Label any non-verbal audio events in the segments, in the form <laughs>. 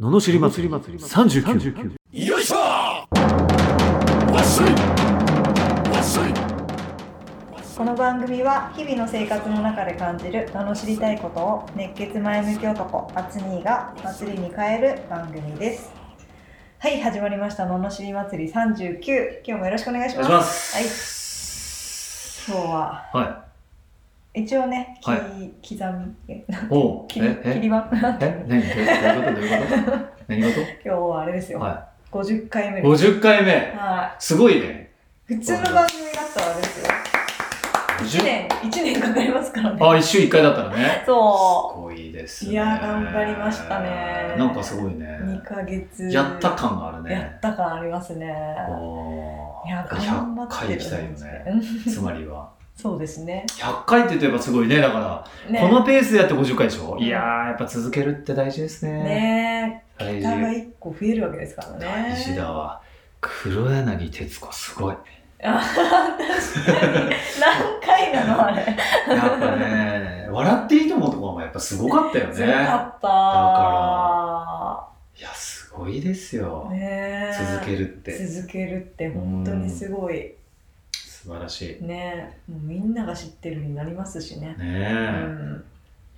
ののしり祭り39よいしょわっしょいわっしょいこの番組は日々の生活の中で感じる罵りたいことを熱血前向き男アツニーが祭りに変える番組ですはい始まりました罵り祭り39今日もよろしくお願いしお願まいすしますはい今日はは一応ね、はき刻みえいおう切りえ <laughs> 切えり番 <laughs> 今え何どういう <laughs> ことどういうこと何事日はあれですよ、は50回目いです50回目はすごいねい普通の番組だったらあれですよ50 1年1年かかりますからねあ一週一回だったらねそすごいですいや頑張りましたねなんかすごいうね2ヶ月やった感があるやねった感ありますねあいーや、頑張100回ってる行きたいよねうんつまりは <laughs> そうですね。 100回って言えばすごいねだからねこのペースでやって50回でしょいやーやっぱ続けるって大事ですねねえ、大桁が事一個増えるわけですからね。大事だわ黒柳徹子すごいあ確かに。何回なのあれ。やっぱね、笑っていいと思うところもやっぱすごかったよすね。ごいかった。や、すごいですよ。ねえ。続けるって。続けるって本当にすごい。素晴らしい。ねねえ、もうみんなが知ってるになりますしね。うえ。ん、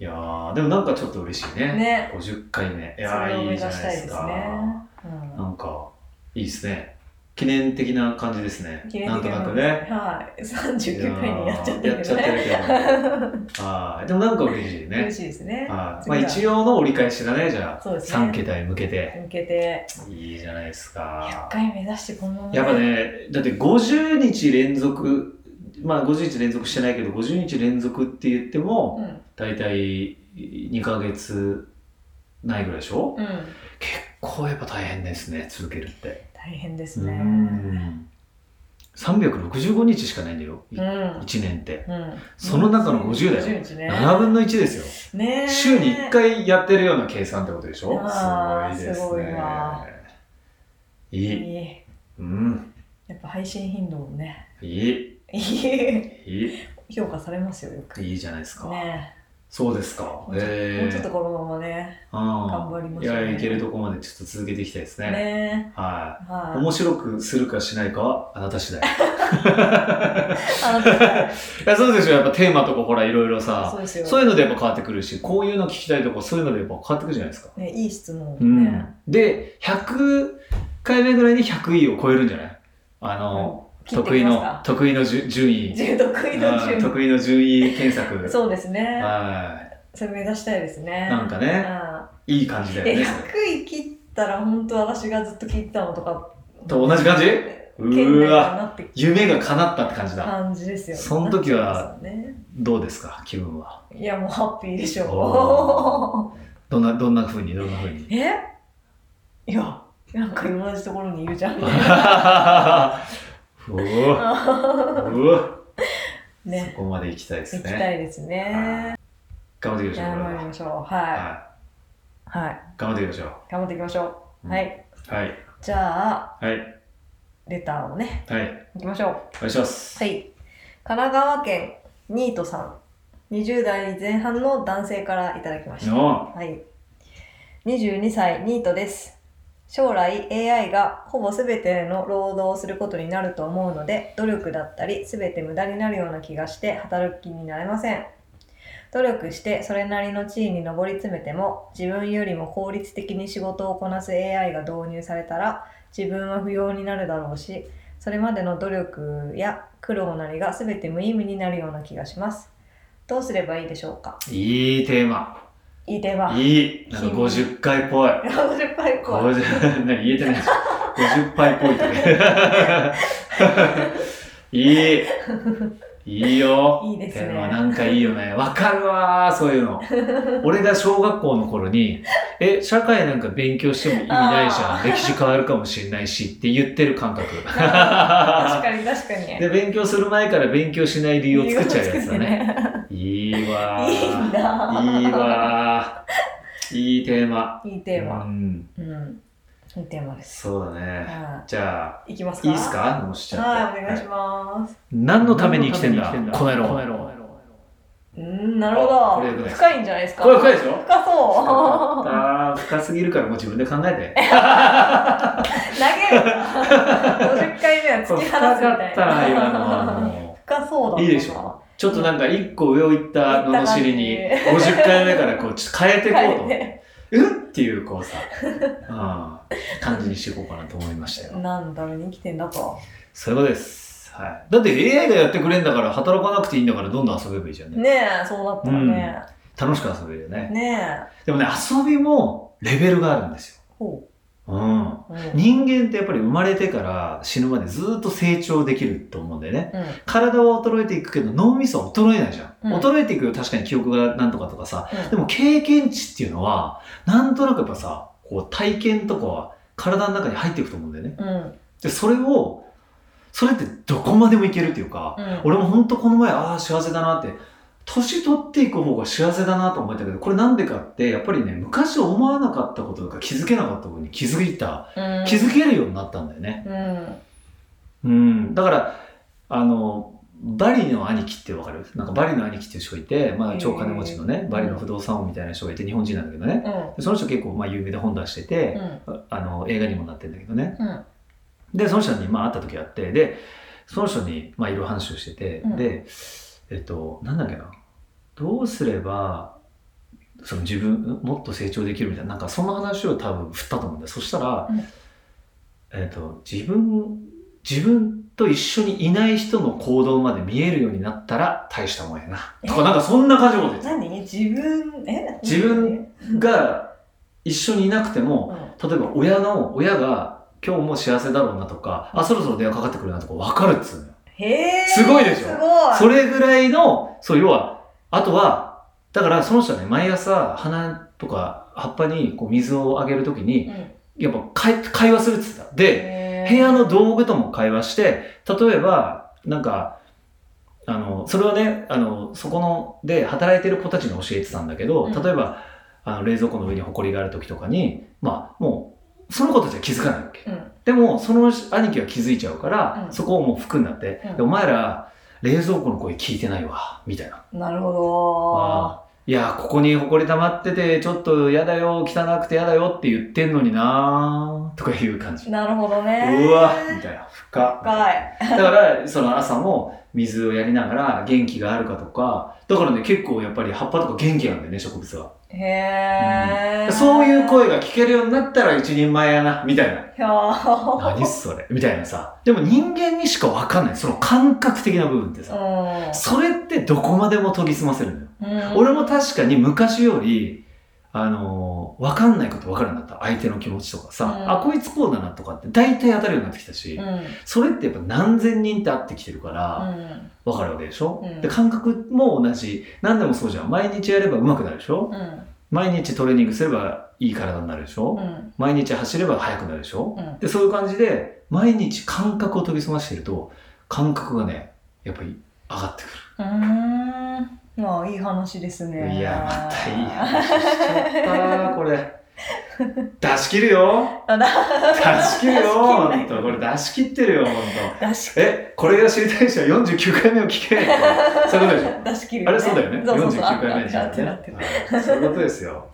いやー、でもなんかちょっと嬉しいね。ね50回目。いえ、やそれをー、目いい指しじゃたいないでですすね。か。うなんんか、いいですね。記念的な感じですね。記な念ん的となもくのね。はい。39回にやっちゃっていやーやっるけちゃどってるね。 <laughs> けど。はい。でもなんか嬉しいね嬉。しいですね。はい。まあ一応の折り返しだね、じゃあ。そうですね3桁へ向けて。向けていいじゃないです100か。回目指してこのままやっぱね、だって50日連続、まあ50日連続してないけど、50日連続って言っても、うん大体2ヶ月ないぐらいでしょうん結構やっぱ大変ですね、続けるって。大変ですうねん。365日しかないんだよ、うんうん1年って。そその中の50だよよね7分の1ですよ。ねえ週に1回やってるような計算ってことでしょあーすごいですすごいねわ。いい。いいうん。やっぱ配信頻度もねいい。いいい評価されますよよくいいいじゃないですか。ねそうですかえ。えーもうちょっとこのままね頑張りましょうねうんいや、いけるとこまでちょっと続けていきたいですね。ねはえい。はい面白くするかしないかはあなた次第。いあなたや、そうでしょ。やっぱテーマとかほら、いろいろさそう、ですよそういうのでやっぱ変わってくるし、こういうの聞きたいとか、そういうのでやっぱ変わってくるじゃないですか。ねいい質問うん。ねで、100回目ぐらいに100位を超えるんじゃないあの、切って得い意きますのか、得意のじゅ順位。重 <laughs> 得意のうん順得意の順位検索。そうですねはそれ目指したいですねい。なんかうね。んいい感じだよえね。 100位切ったら本当私がずっと切ったのとかと同じ感じ圏う内わ、かなって夢が叶ったって感じだ。感じですよねその時はなっちゃいますよねどうですか、気分は。いやもうハッピーでしょ。おどんな、どんな風に、どんな風に <laughs> <laughs> えいやなんか同じところにいるじゃんうわ、うわ、 <laughs> ねそこまで行きたいです行きね。たいですね頑張っていきましょう、これ頑張りはま。しょうははいはいい、頑張っていきましょ頑張っていきましょうう。うんは。いはい。じゃあはい。レターをねはい。行きましょうお願いします。はい。神奈川県ニートさん、20代前半の男性からいただきました。の、はい。22歳ニートです。将来 AI がほぼ全ての労働をすることになると思うので、努力だったり全て無駄になるような気がして働く気になれません。努力してそれなりの地位に上り詰めても自分よりも効率的に仕事をこなす AI が導入されたら自分は不要になるだろうしそれまでの努力や苦労なりが全て無意味になるような気がしますどうすればいいでしょうかいいテーマ。いいではいい。なんか50回っぽい。 50回以降50何言えて <laughs> ない50杯っぽいと <laughs> ねいいいいよいいですねでもなんかいいよ <laughs> ねわかるわーそういうの俺が小学校の頃にえ社会なんか勉強しても意味ないじゃあん歴史変わるかもしれないしって言ってる感 <laughs> 覚確かに確かにで勉強する前から勉強しない理由を作っちゃうやつだねねいいわいいーないいわーいいテーマいいテーうマん、うんいいテーマですそうだねはじゃいいきますあ、かいいっすかもうしちゃって。はいお願いします何のために生きてんだ、この野郎。うん、なるほあこれ良くどない。ですか深いんじゃないですか。これ深いでしょ深そう。あー深すぎるからもう自分で考えて。投げるな。50回目は突そうき深放かっすみたいたな、今のはな。も深そうだっう。たな。いいでしょちょっとなんか一個上を行ったののしりに、行った50回目からこう、ちょっと変えていこうとは思いって。うんっていうこうさ、あー感じにしていこうかなと思いましたよ。何のために生きてんだと。そういうことです。はい。だって AI がやってくれんだから、働かなくていいんだから、どんどん遊べばいいじゃんね。ねえ、そうだったらね。楽しく遊べるよね。ねえ。でもね、遊びもレベルがあるんですよ。ほうん。う。うん。うん。人間ってやっぱり生まれてから死ぬまでずっと成長できると思うんだよね。体は衰えていくけど脳みそは衰えないじゃん。うん衰えていくよ、確かに記憶がなんとかとかさ。うんでも経験値っていうのは、なんとなくやっぱさ、こう体験とかは体の中に入っていくと思うんだよね。うん。で、それを、それってどこまでもいけるっていうか、うん俺もほんとこの前、ああ、幸せだなって、年取っていく方が幸せだなと思ったけど、これなんでかって、やっぱりね、昔思わなかったこととか気づけなかったことに気づいた、うん。気づけるようになったんだよね。ううん。ん。だから、あの、バリの兄貴ってわかるなんかバリの兄貴っていう人がいて、まあ超金持ちのね、バリの不動産王みたいな人がいて、日本人なんだけどね。うん。でその人結構まあ有名で本出してて、うん。あの映画にもなってんだけどね。うん。で、その人に、まあ、会った時があって、で、その人に、まあ、いろいろ話をしてて、うんで、えっと、なんだっけな、どうすれば、その自分、んもっと成長できるみたいな、なんかその話を多分振ったと思うんだよ。そしたら、うんえっと、自分、自分と一緒にいない人の行動まで見えるようになったら大したもんやな。とか、なんかそんな感じのこと言ってた何自分、え自分が一緒にいなくても、うん。例えば親の親が今日も幸せだろうなとかあそろそろ電話かかってくるなとか分かるっつうのよへえ。すごいでしょすごい。それぐらいのそう要はあとはだからその人はね毎朝花とか葉っぱにこう水をあげるときにうんやっぱ会会話するっつってたでへー部屋の道具とも会話して例えばなんかあのそれはねあのそこので働いてる子たちに教えてたんだけどうん例えば、あの冷蔵庫の上に埃がある時とかにまあもうその子たちは気づかないわけ、うんでもその兄貴は気づいちゃうから、うんそこをもう服になって、うんでお前ら冷蔵庫の声聞いてないわみたいな。なるほど。いやここに埃溜まっててちょっとやだよ汚くてやだよって言ってんのになーとかいう感じ、なるほどね。うわみたいな深っ深い。だから、その朝も水をやりながら元気があるかとか、だからね、結構やっぱり葉っぱとか元気なんだよね、植物は。へえ。そういう。声が聞けるようになったら一人前やな、みた <laughs> いな。いやー何それみたいなさ。でも人間にしかわかんない、その感覚的な部分ってさ。それってどこまでも研ぎ澄ませるのよ。うん。うん俺も確かに昔より、あのーわかんないことわかるようになった。相手の気持ちとかさ、うんあ、こいつこうだなとかって大体当たるようになってきたし、うん。それってやっぱ何千人って会ってきてるから、うん。わかるわけでしょ、うんで感覚も同じ何でもそうじゃん毎日やれば上手くなるでしょうん。毎日トレーニングすればいい体になるでしょ、うん。毎日走れば速くなるでしょうん。でそういう感じで毎日感覚を研ぎ澄ましてると感覚がねやっぱり上がってくうーん。まあ、いい話でする、ね。いやまたいい話しちゃったこれ出し切る <laughs> よあ出し切るよ出し本切んない当これ出し切ってるよ本出し当えこれが知りたい人は49回目を聞けそういうことでしょ出し切る、あれそうだよね。そうそう49そう回目にあってなってるね。そういうことですよ。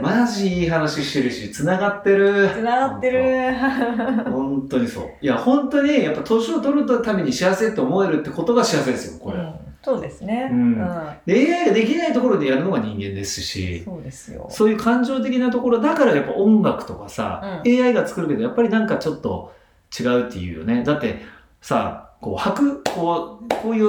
マジいい話してるし、繋がってる。つながってる。本当にそう。いや、本当に、やっぱ年を取るために幸せって思えるってことが幸せですよ、これ。うんそうですね。ううんん。で AI ができないところでやるのが人間ですし、そうですよ。そういう感情的なところ、だからやっぱ音楽とかさ、う AI が作るけど、やっぱりなんかちょっと違うっていうよね。だって、さ、こう、拍く、こう、こういう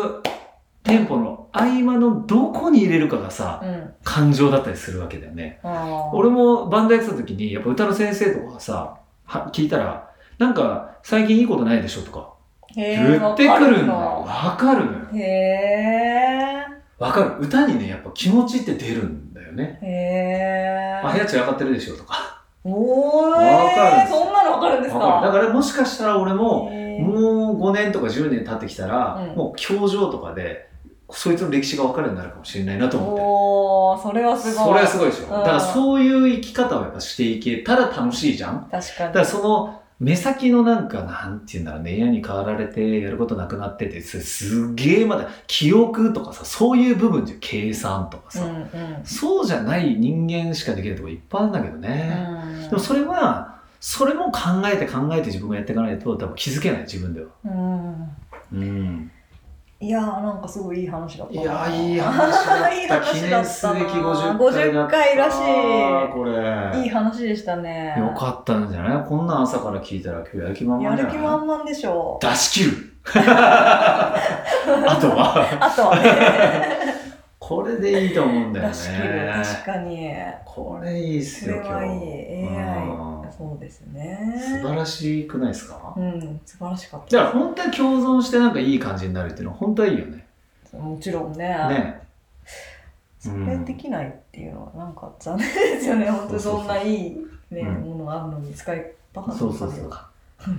テンポの合間のどこに入れるかがさ、うん。感情だったりするわけだよね。あー俺もバンドやってた時に、やっぱ歌の先生とかがさ、は聞いたら、なんか最近いいことないでしょとか、へ言ーってくるんだよ。わわかるのよか。るなへわかる。歌にね、やっぱ気持ちって出るんだよね。え。へあ、部え。屋散らかってるでしょとか。おーわかるんでい。すそんなのわかるんですかわかる。だからもしかしたら俺も、へーもう5年とか10年経ってきたら、うんもう表情とかで、そいつの歴史がわかるようになるかもしれないなと思って。おおそれはすごい。それはすごいでしょ。んだからそういう生き方をやっぱしていけたら楽しいじゃん確かに。だからその目先のなんか、なんて言うんだろうね、嫌に変わられてやることなくなってて、すすっげえまだ、記憶とかさ、そういう部分じゃん計算とかうさ、んうんそうじゃない人間しかできないとこいっぱいあるんだけどね。うでんもそれは、それも考えて考えて自分がやっていかないと、多分気づけない、自分では。うんうん。いやーなんかすごいいい話だったいなや <laughs> ー、いい話だいいった。記話だ念っすたなべき50回だった。 50回らしいこれ。いい話でしたねよかったんじゃないこんなん朝から聞いたら今日やる気満や々じゃるない気満々でしょ出し切 <laughs> るあとはあとはねこれでいいと思うんだよね出し切る確かにこれいいっそすれよ今はいい日 AI そうですうん素晴ねらしくないですか、うん素晴らしかっじたゃあ本当に共存してなんかいい感じになるっていうのは本当はいいよねもちろんねねそれできないっていうのはなんか残念ですよね、本当にそんないい、ねうんものがあるのに使いばかりそうそうそう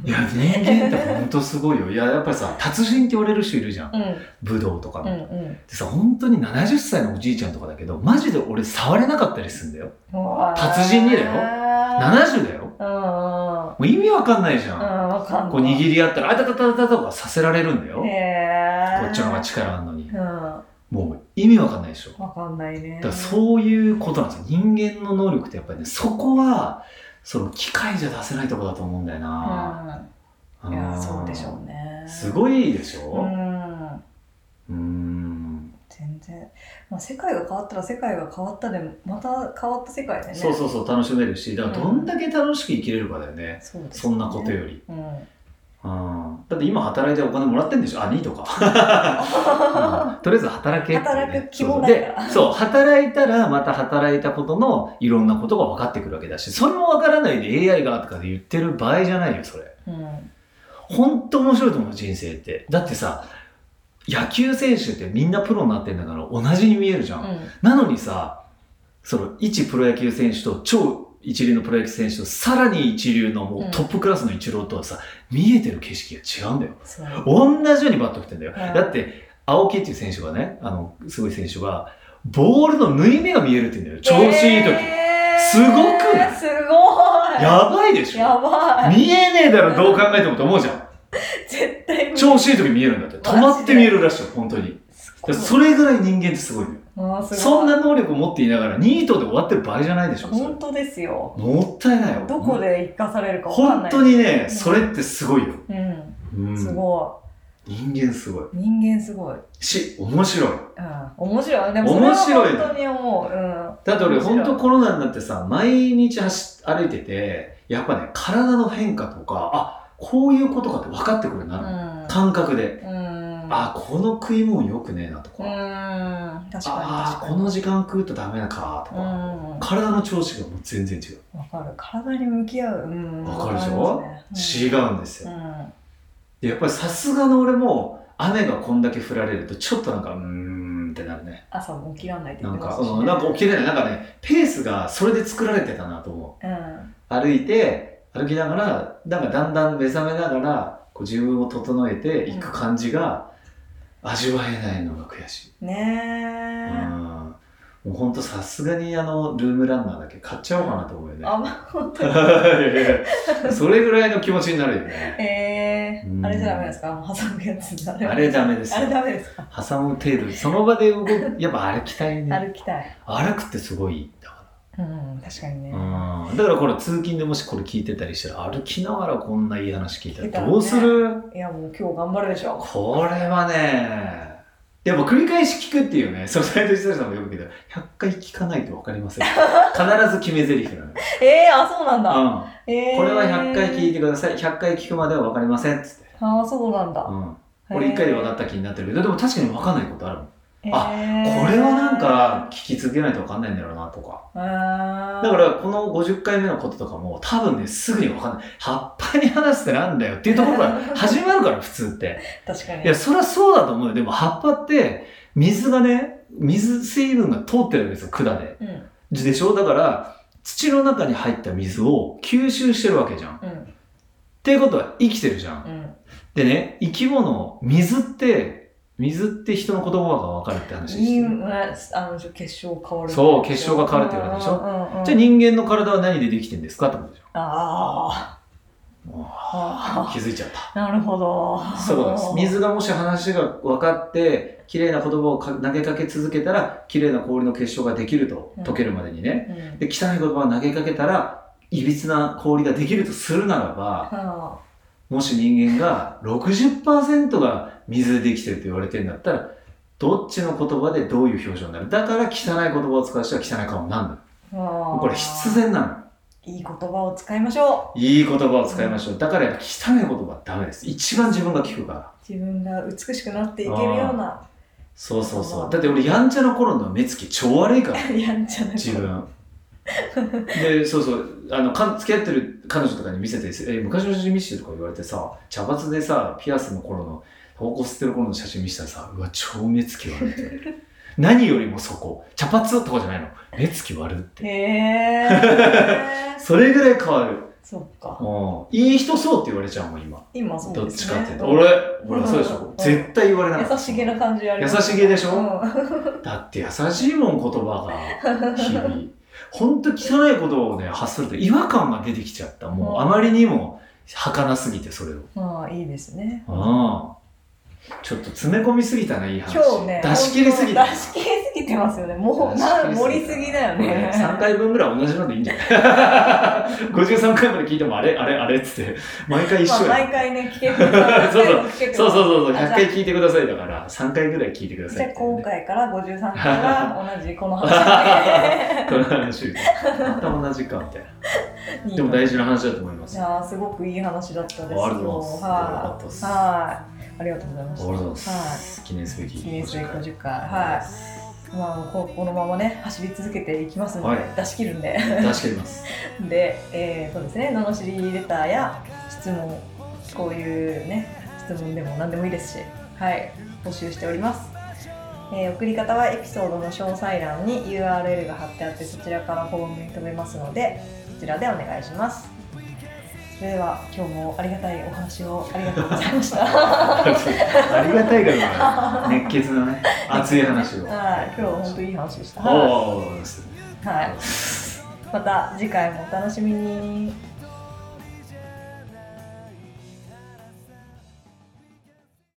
いや人間って本当すごいよいややっぱりさ達人って言われる人いるじゃんうん武道とかうの、んでうんさ本当に70歳のおじいちゃんとかだけどマジで俺触れなかったりするんだよ達人にだよよ70だようんうんもう意味わかんないじゃん、うんわかんないこう握り合ったら、あたたたたたとかさせられるんだよ。へーこっちの方が力あるのにう。んわもう意味わかんないでしょ。だかんないねからそういうことなんですよ。人間の能力ってやっぱりね、そこは、その機械じゃ出せないとこだと思うんだよな。うんいやそうでしょね。うねすごいでしうょんうーん。全然、まあ、世界が変わったら世界が変わったでまた変わった世界でねそうそうそう、楽しめるし、だからどんだけ楽しく生きれるかだよね。そうですねそんなことより。うんうん。だって今働いてお金もらってんでしょあ、ニート <laughs> か。うんとりあえず働けっていうね、働く気もないからそうそうでそう、働いたらまた働いたことのいろんなことが分かってくるわけだし、それも分からないで AI がとかで言ってる場合じゃないよ、それ。うんほんと面白いと思う、人生って。だってさ、野球選手ってみんなプロになってんだから同じに見えるじゃん。うんなのにさ、その一プロ野球選手と超一流のプロ野球選手とさらに一流のもうトップクラスのイチローとはさ、見えてる景色が違うんだよ。そう同じようにバット振ってんだよ。はいだって、青木っていう選手がね、あの、すごい選手が、ボールの縫い目が見えるって言うんだよ。調子いい時。えーすごくないすごいやばいでしょやばい見えねえだろ、どう考えてもと思うじゃん。絶対無理調子いい時見えるんだって。止まって見えるらしいよ、本当に。すだごからいそれぐらい人間ってすごいのよ。あーすごいそんな能力を持っていながら、ニートで終わってる場合じゃないでしょ、それ本当ですよもったいないよ。どこで生かされるかわかん本ない当にね、んそれってすごいよ。ううんすん。ご人間すごい。い人間すごいし、面白い。うん面白いでもそれ面白いは本当に思ううんだって俺面白い本当コロナになってさ毎日走っ歩いててやっぱね体の変化とかあこういうことかって分かってくるな、感覚で、うんうんあこの食い物よくねえなとか、うあん確かにあ確かーにこの時間食うとダメなかとうか、んうん体の調子がもう全然違う、わかる体に向き合ううんわかるでしょし違うんですうよ、んでやっぱりさすがの俺も雨がこんだけ降られるとちょっとなんかうーんってなるね朝も起きらんないってなんか、しねうん、なんか起きれないなんかねペースがそれで作られてたなと思ううん歩いて歩きながらなんかだんだん目覚めながらこう自分を整えていく感じが味わえないのが悔しい、うん、ねえもうほんとさすがにあのルームランナーだけ買っちゃおうかなと思うよねあまあ本当に <laughs> それぐらいの気持ちになるよねえうーんあれじゃダメですかもう挟むやつになるあれダメですあよれダメですか挟む程度その場で動くやっぱ歩きたいね歩きたい歩くってすごいんだかうん確かにねら、うん、だからこれ通勤でもしこれ聞いてたりしたら歩きながらこんないい話聞いたらどうする、いやもう今日頑張るでしょこれはね、でも繰り返し聞くっていうね、そう斎藤久さんもよく言うけど、100回聞かないと分かりません。必ず決め台詞なのよ。えー、あそうなんだ、うえー、ん。これは100回聞いてください。100回聞くまでは分かりませんっつって。ああそうなんだ、うん。俺1回で分かった気になってるけど、でも確かに分かんないことあるもん。あここれはなんか聞き続けないと分かんないんだろうなとか。あーだからこの50回目のこととかも多分ね、すぐに分かんない。葉っぱに話すってなんだよっていうところから始まるから、普通って。確かにいや、そりゃそうだと思うよ。でも葉っぱって、水がね、水、水分が通ってるわけですよ、管で。うんでしょだから、土の中に入った水を吸収してるわけじゃん。っうんていうことは生きてるじゃん。うんでね、生き物、水って、水って人の言葉が分かるって話いしいてる。ねあの結晶変わるそう結晶が変わるって言われるでしょょじゃあ人間の体は何でできてんですかってことじゃん。ああもうあ気づいちゃった。あなるほどそうなんです。水がもし話が分かって、綺麗な言葉をか投げかけ続けたら、綺麗な氷の結晶ができるとう、ん溶けるまでにね。うで、ん汚い言葉を投げかけたら、いびつな氷ができるとするならば、はもし人間が60%が水でできてると言われてるんだったら、どっちの言葉でどういう表情になるだから汚い言葉を使う人は汚い顔になるんだあはよ。あこれ必然なの。いい言葉を使いましょいい言葉を使いましょう。だからやっぱ汚い言葉はダメです。一番自分が聞くから。う自分が美しくなっていけるようなそうそうそう。だって俺やんちゃの頃の目つき超悪いから。やんちゃな <laughs> 子自分でそうそうあのか付き合ってる彼女とかに見せて「え昔の写真見せて」とか言われてさ茶髪でさピアスの頃のタバコ吸ってる頃の写真見せたらさうわ超目つき悪いって <laughs> 何よりもそこ茶髪とかじゃないの目つき悪いってへえ <laughs> それぐらい変わるそっかうんいい人そうって言われちゃうもん今今そうどっですちねかっていうと俺俺そうでしうょん絶対言われなかった優しげな感じあります優しげでしょうんだって優しいもん言葉が日々ほんと汚いことをね発すると違和感が出てきちゃったもううんあまりにも儚すぎてそれをまあいいですねああちょっと詰め込みすぎたないい話今日ね出し切りすぎた本当出し切りすぎてますよねもうな出し切盛りすぎだよね3回分ぐらい同じのでいいんじゃない <laughs> ?53 回まで聞いてもあれあれあれっつって毎回一まあ緒や、毎回ね聞けてますそうそう何回も聞けてますそうそうそうそうあじゃあ100回聞いてくださいだから3回ぐらい聞いてくだじさゃいあって今ね回から53回は同じこの話この話また同じかみたいな <laughs> でも大事な話だと思いますじゃあすごくいい話だったですありがとうございますよかはったいですはいありがとうございまありがしとうございまはいす。記念すべきた記念すべき50 50回は回いまあここのままね走り続けていきますので、は出し切るんで出し切ります。で、えーとですね、罵りレターや質問、こういうね、質問でも何でもいいですし、はい、募集しております。えー送り方はエピソードの詳細欄に URL が貼ってあって、そちらからフォームに飛べますので、そちらでお願いします。それでは、今日もありがたいお話をありがとうございました。ありがたいからね、熱血なね、熱い話を。はい、今日は本当にいい話でした。はおお、い、また次回もお楽しみに。